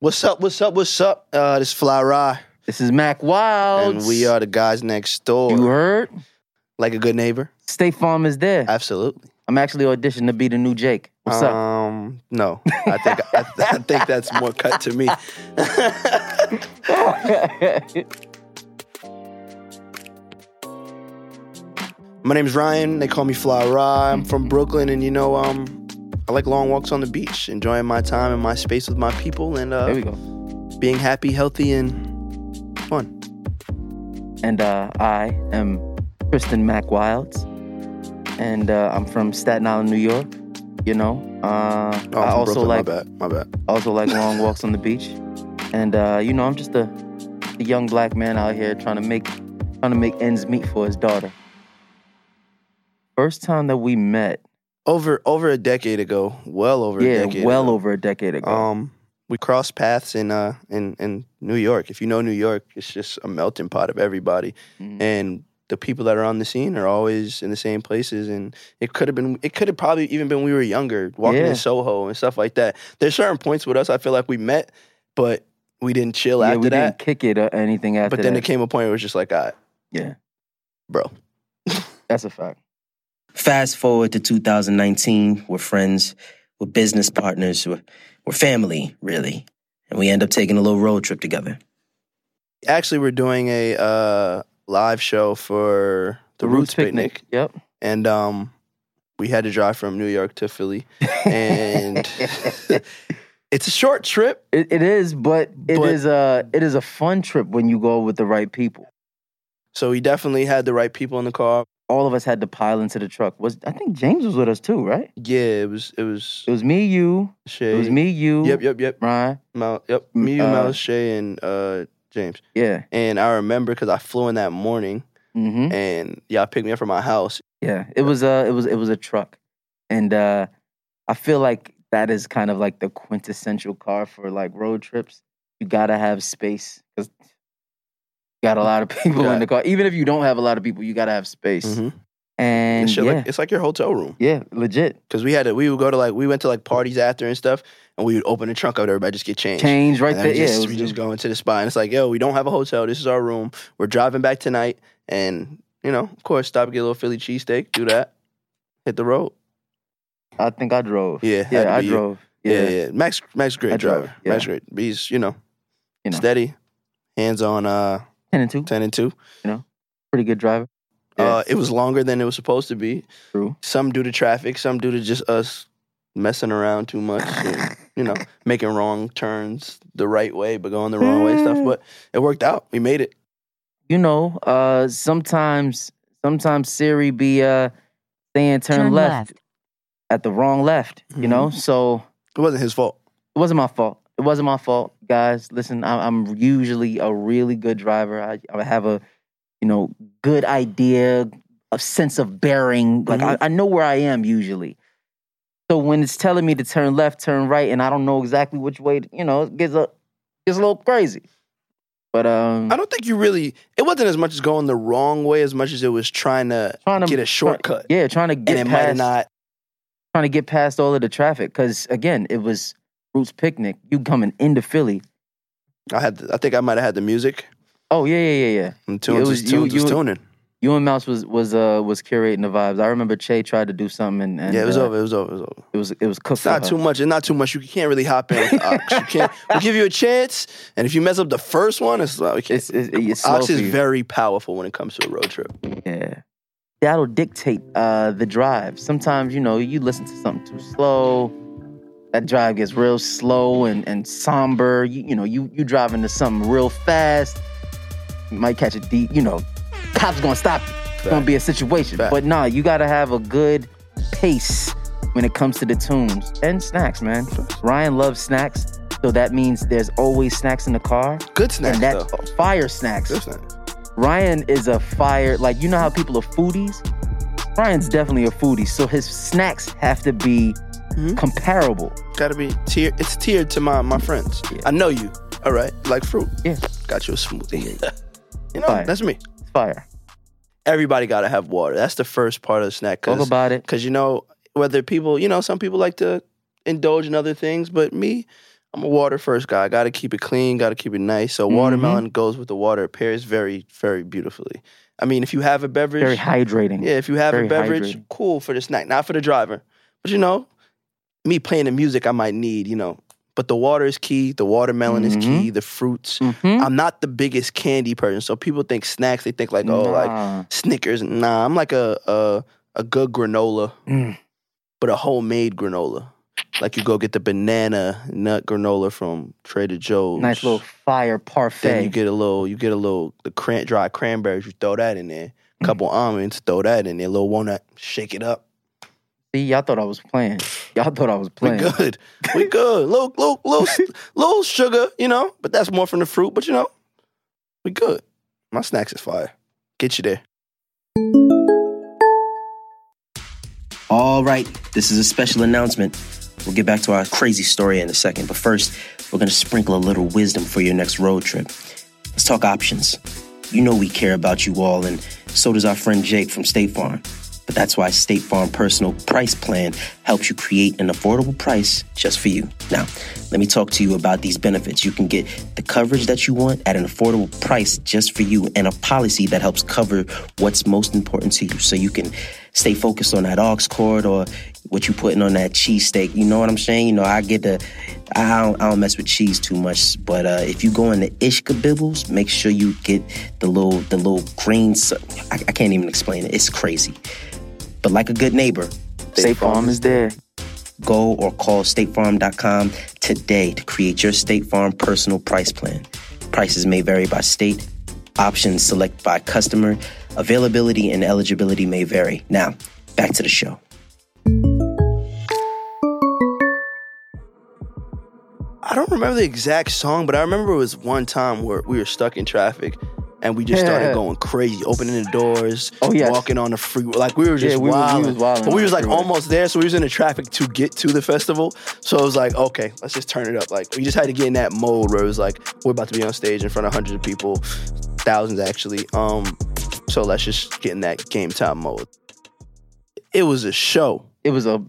What's up? What's up? What's up? Uh, this is Fly Rye, This is Mac Wild. and we are the guys next door. You heard? Like a good neighbor, State Farm is there. absolutely. I'm actually auditioning to be the new Jake. What's up? Um, no, I think I, I think that's more cut to me. Uh, My name's Ryan. They call me Fly Rye. I'm from Brooklyn, and you know, um, I like long walks on the beach, enjoying my time and my space with my people, and there uh, we go. being happy, healthy, and fun. And uh, I am Kristen Mac Wilds, and uh, I'm from Staten Island, New York. You know, Oh, uh, I I'm from also Brooklyn. like my bad. My bad. also like long walks on the beach, and uh, you know, I'm just a, a young black man out here trying to make trying to make ends meet for his daughter. First time that we met, Over over a decade ago, well over a yeah, decade. well ago, over a decade ago. Um, we crossed paths in uh in in New York. If you know New York, it's just a melting pot of everybody, Mhm. and the people that are on the scene are always in the same places. And it could have been, it could have probably even been we were younger, walking Yeah. in Soho and stuff like that. There's certain points with us. I feel like we met, but we didn't chill yeah, after we that. didn't kick it or anything after But then that. there came a point where it was just like, all right, yeah. bro, That's a fact. Fast forward to 2019, we're friends, we're business partners, we're, we're family, really. And we end up taking a little road trip together. actually, we're doing a uh live show for the, Roots Picnic. Yep. and um, we had to drive from New York to Philly, and it's a short trip. It, it is, but it is But- a it is a fun trip when you go with the right people. So we definitely had the right people in the car. All of us had to pile into the truck. Was I think James was with us too, right? Yeah, it was it was It was me, you. Shay. It was me, you. Yep, yep, yep. Ryan. Mal, yep. Me, you, Uh, Mouse, Shay, and uh, James. Yeah. And I remember because I flew in that morning, hmm and y'all picked me up from my house. Yeah. It was a it was it was a truck, and uh, I feel like that is kind of like the quintessential car for like road trips. You gotta have space because got a lot of people Got- in the car. Even if you don't have a lot of people, you gotta have space. Mhm. Mm-hmm. And It's, shit yeah, like, it's like your hotel room yeah, legit. because we had to, we would go to like we went to like parties after and stuff, and we would open the trunk up. Everybody just get changed. change right And then there. we Yeah, just, it we was just go into the spot and it's like, yo, we don't have a hotel. This is our room. We're driving back tonight, and you know, of course, stop get a little Philly cheesesteak, do that, hit the road. I think I drove. Yeah, had to yeah, I be you. drove. Yeah, Yeah, yeah, Max, Max, great I drove, driver. yeah. Max, great. But He's you know, You know. steady, hands on uh ten and two, ten and two. pretty good driver. Yeah, Uh, it was longer than it was supposed to be. true. Some due to traffic, some due to just us messing around too much. and, you know, making wrong turns the right way, but going the wrong way and Mm. stuff. But it worked out. We made it. You know, uh, sometimes sometimes Siri be uh saying turn, left, Mm-hmm. at the wrong left. You know, so It wasn't his fault. it wasn't my fault. It wasn't my fault, guys. Listen, I- I'm usually a really good driver. I, I have a you know good idea, a sense of bearing. Like I, I know where I am usually. So when it's telling me to turn left, turn right, and I don't know exactly which way, to, you know, it gets a gets a little crazy. But um, I don't think you really. It wasn't as much as going the wrong way as much as it was trying to trying to get a try- shortcut, yeah, trying to get and it past, might not. trying to get past all of the traffic because again, it was Roots Picnic. You coming into Philly? I had. I think I might have had the music. Oh yeah, yeah, yeah, yeah. And tunes, was was, you- tunes was you- tuning. You and Mouse was was uh was curating the vibes. I remember Che tried to do something and, and yeah, it was uh, over. It was over. It was over. It was it was cooked. It's not for too her. much. It's not too much. You can't really hop in. with Ox. You can't. We'll give you a chance, and if you mess up the first one, it's like we can't. It's it's, it's slow Ox for is you. very powerful when it comes to a road trip. yeah. That'll dictate uh the drive. Sometimes you know you listen to something too slow. That drive gets real slow and and somber. You you know you you driving to something real fast. You might catch a deep. You know, cops gonna stop. You. It's gonna be a situation. Fact. But nah, you gotta have a good pace when it comes to the tunes and snacks, man. Ryan loves snacks, so that means there's always snacks in the car. Good snacks and that though. fire snacks. Good snacks. Ryan is a fire. Like you know how people are foodies. Ryan's definitely a foodie, so his snacks have to be Hmm? comparable. Gotta be tier. It's tiered to my my friends. Yeah. I know you. All right, like fruit. Yeah. Got you a smoothie. you know, Fire. that's me. It's fire. everybody got to have water. That's the first part of the snack. Talk about it. Because you know, whether people, you know, some people like to indulge in other things, but me, I'm a water first guy. I got to keep it clean, got to keep it nice. So Mhm. watermelon goes with the water. It pairs very, very beautifully. I mean, if you have a beverage, Very hydrating. yeah, if you have very a beverage, hydrating. cool for the snack, not for the driver. But you know, me playing the music, I might need, you know. But the water is key. The watermelon is Mm-hmm. key. The fruits. Mhm. I'm not the biggest candy person, so people think snacks. They think like, oh, like Nah. Snickers. Nah, I'm like a a, a good granola, Mm. but a homemade granola. Like you go get the banana nut granola from Trader Joe's. nice little fire Then parfait. you get a little, you get a little the cran- dry cranberries. You throw that in there. Mm. Couple almonds, throw that in there. Little walnut, shake it up. See, y'all thought I was playing. Y'all thought I was We playing. good. We good. Little, little, little, little sugar, you know. But that's more from the fruit. But you know, we good. My snacks is fire. Get you there. All right, this is a special announcement. We'll get back to our crazy story in a second, but first, we're going to sprinkle a little wisdom for your next road trip. Let's talk options. You know we care about you all, and so does our friend Jake from State Farm. But that's why State Farm Personal Price Plan helps you create an affordable price just for you. Now, let me talk to you about these benefits. You can get the coverage that you want at an affordable price just for you and a policy that helps cover what's most important to you so you can stay focused on that aux cord or what you putting on that cheesesteak. You know what I'm saying? You know, I get the, I don't, I don't mess with cheese too much, but uh, if you go into Ishka Bibbles, make sure you get the little, the little green, s- I, I can't even explain it. It's crazy. But like a good neighbor, State Farm is there. go or call statefarm.com today to create your State Farm personal price plan. Prices may vary by state, options select by customer, availability and eligibility may vary. Now, back to the show. I don't remember the exact song, but I remember it was one time where we were stuck in traffic and we just started Yeah. going crazy, opening the doors, Oh, yes. walking on the freeway. Like we were just Yeah, we was- we wild. was wilding But on we the was like freeway. almost there, so we was in the traffic to get to the festival. So it was like, okay, let's just turn it up. Like we just had to get in that mode where it was like, we're about to be on stage in front of hundreds of people, thousands actually. Um, so let's just get in that game time mode. It was a show. It was a Big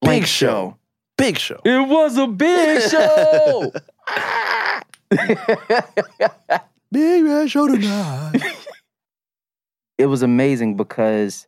big show. show. Big show. It was a big show. Big red show tonight. it was amazing because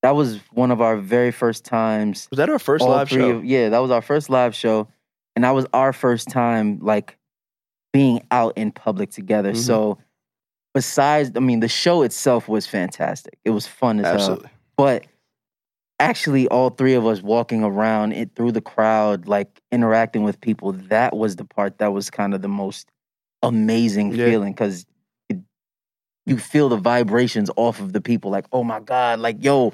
that was one of our very first times. Was that our first all live three show? of- yeah, that was our first live show, and that was our first time like being out in public together. Mhm. So, besides, I mean, the show itself was fantastic. It was uh, fun as hell. Absolutely. but actually all three of us walking around it through the crowd like interacting with people that was the part that was kind of the most amazing Yeah. feeling because you feel the vibrations off of the people like oh my god like yo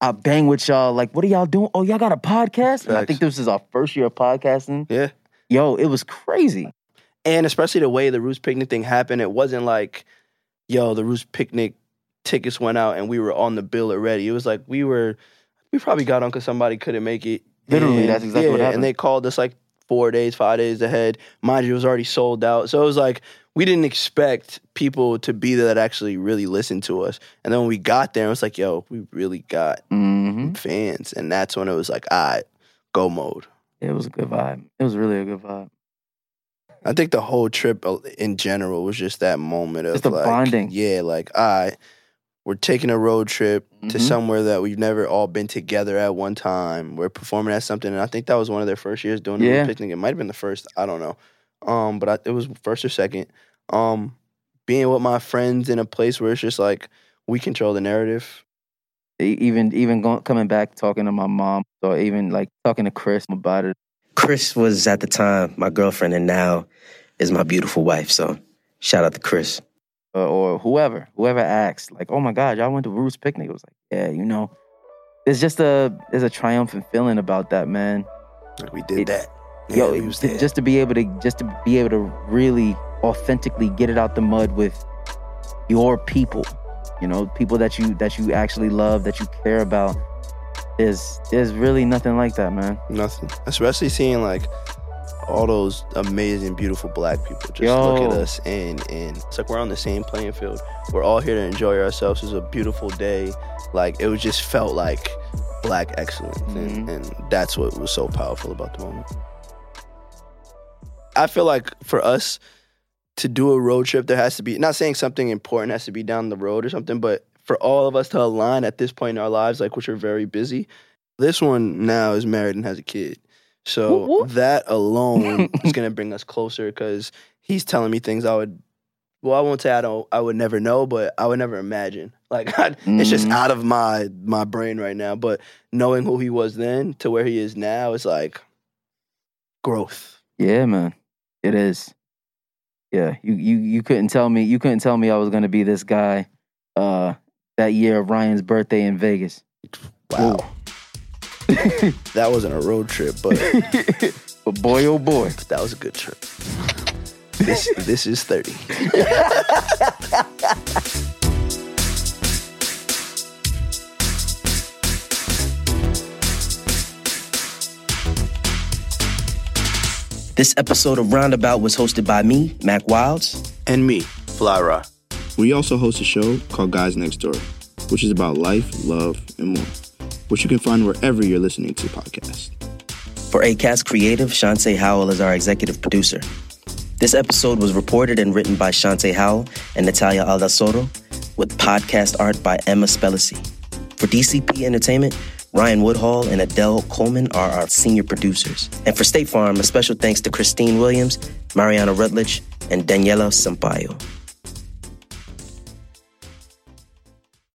i bang with y'all like what are y'all doing oh y'all got a podcast and i Facts. think this is our first year of podcasting Yeah. yo it was crazy And especially the way the Roots Picnic thing happened, it wasn't like, yo, the Roots Picnic tickets went out and we were on the bill already. It was like we were, we probably got on because somebody couldn't make it. Literally, And- that's exactly yeah, what And happened. they called us like four days, five days ahead. Mind you, it was already sold out. So it was like, we didn't expect people to be there that actually really listened to us. And then when we got there, it was like, yo, we really got mm-hmm. fans. And that's when it was like, all right, go mode. it was a good vibe it was really a good vibe I think the whole trip uh, in general was just that moment of Just the like, bonding. Yeah, like I, we're taking a road trip to Mhm. somewhere that we've never all been together at one time. We're performing at something, and I think that was one of their first years doing the Yeah. picnic. It might have been the first, I don't know, um, but I, it was first or second. Um, being with my friends in a place where it's just like we control the narrative. E- even even going, coming back talking to my mom or even like talking to chris about it Chris was at the time my girlfriend and now is my beautiful wife, so shout out to Chris. or, or whoever, whoever asked, like, "Oh my God, y'all went to Roots Picnic." It was like, "Yeah, you know." There's just a there's a triumphant feeling about that, man. Like we did It- that. Yo, we was j- there. just to be able to just to be able to really authentically get it out the mud with your people, you know, people that you that you actually love, that you care about. There's there's really nothing like that, man. Nothing. Especially seeing like all those amazing, beautiful black people just look at Yo. us and and it's like we're on the same playing field. We're all here to enjoy ourselves. It was a beautiful day. Like it was just felt like black excellence. And, and that's what was so powerful about the moment. I feel like for us to do a road trip, there has to be not saying something important has to be down the road or something, but for all of us to align at this point in our lives, like which are very busy. This one now is married and has a kid, so Whoop, whoop. that alone is gonna bring us closer because he's telling me things I would. Well, I won't say I don't. I would never know, but I would never imagine. Like it's just Mm. out of my my brain right now. But knowing who he was then to where he is now is like growth. Yeah, man. It is. Yeah. You you you couldn't tell me you couldn't tell me I was gonna be this guy uh that year of Ryan's birthday in Vegas. Wow. that wasn't a road trip, but But boy oh boy. that was a good trip. This this is 30. This episode of Roundabout was hosted by me, Mac Wilds. And me, Fly Ra. We also host a show called Guys Next Door, which is about life, love, and more, which you can find wherever you're listening to podcasts. For ACAST Creative, Shantae Howell is our executive producer. This episode was reported and written by Shantae Howell and Natalia Aldasoro, with podcast art by Emma Spelacy. For DCP Entertainment, Ryan Woodhall and Adele Coleman are our senior producers. And for State Farm, a special thanks to Christine Williams, Mariana Rutledge, and Daniela Sampaio.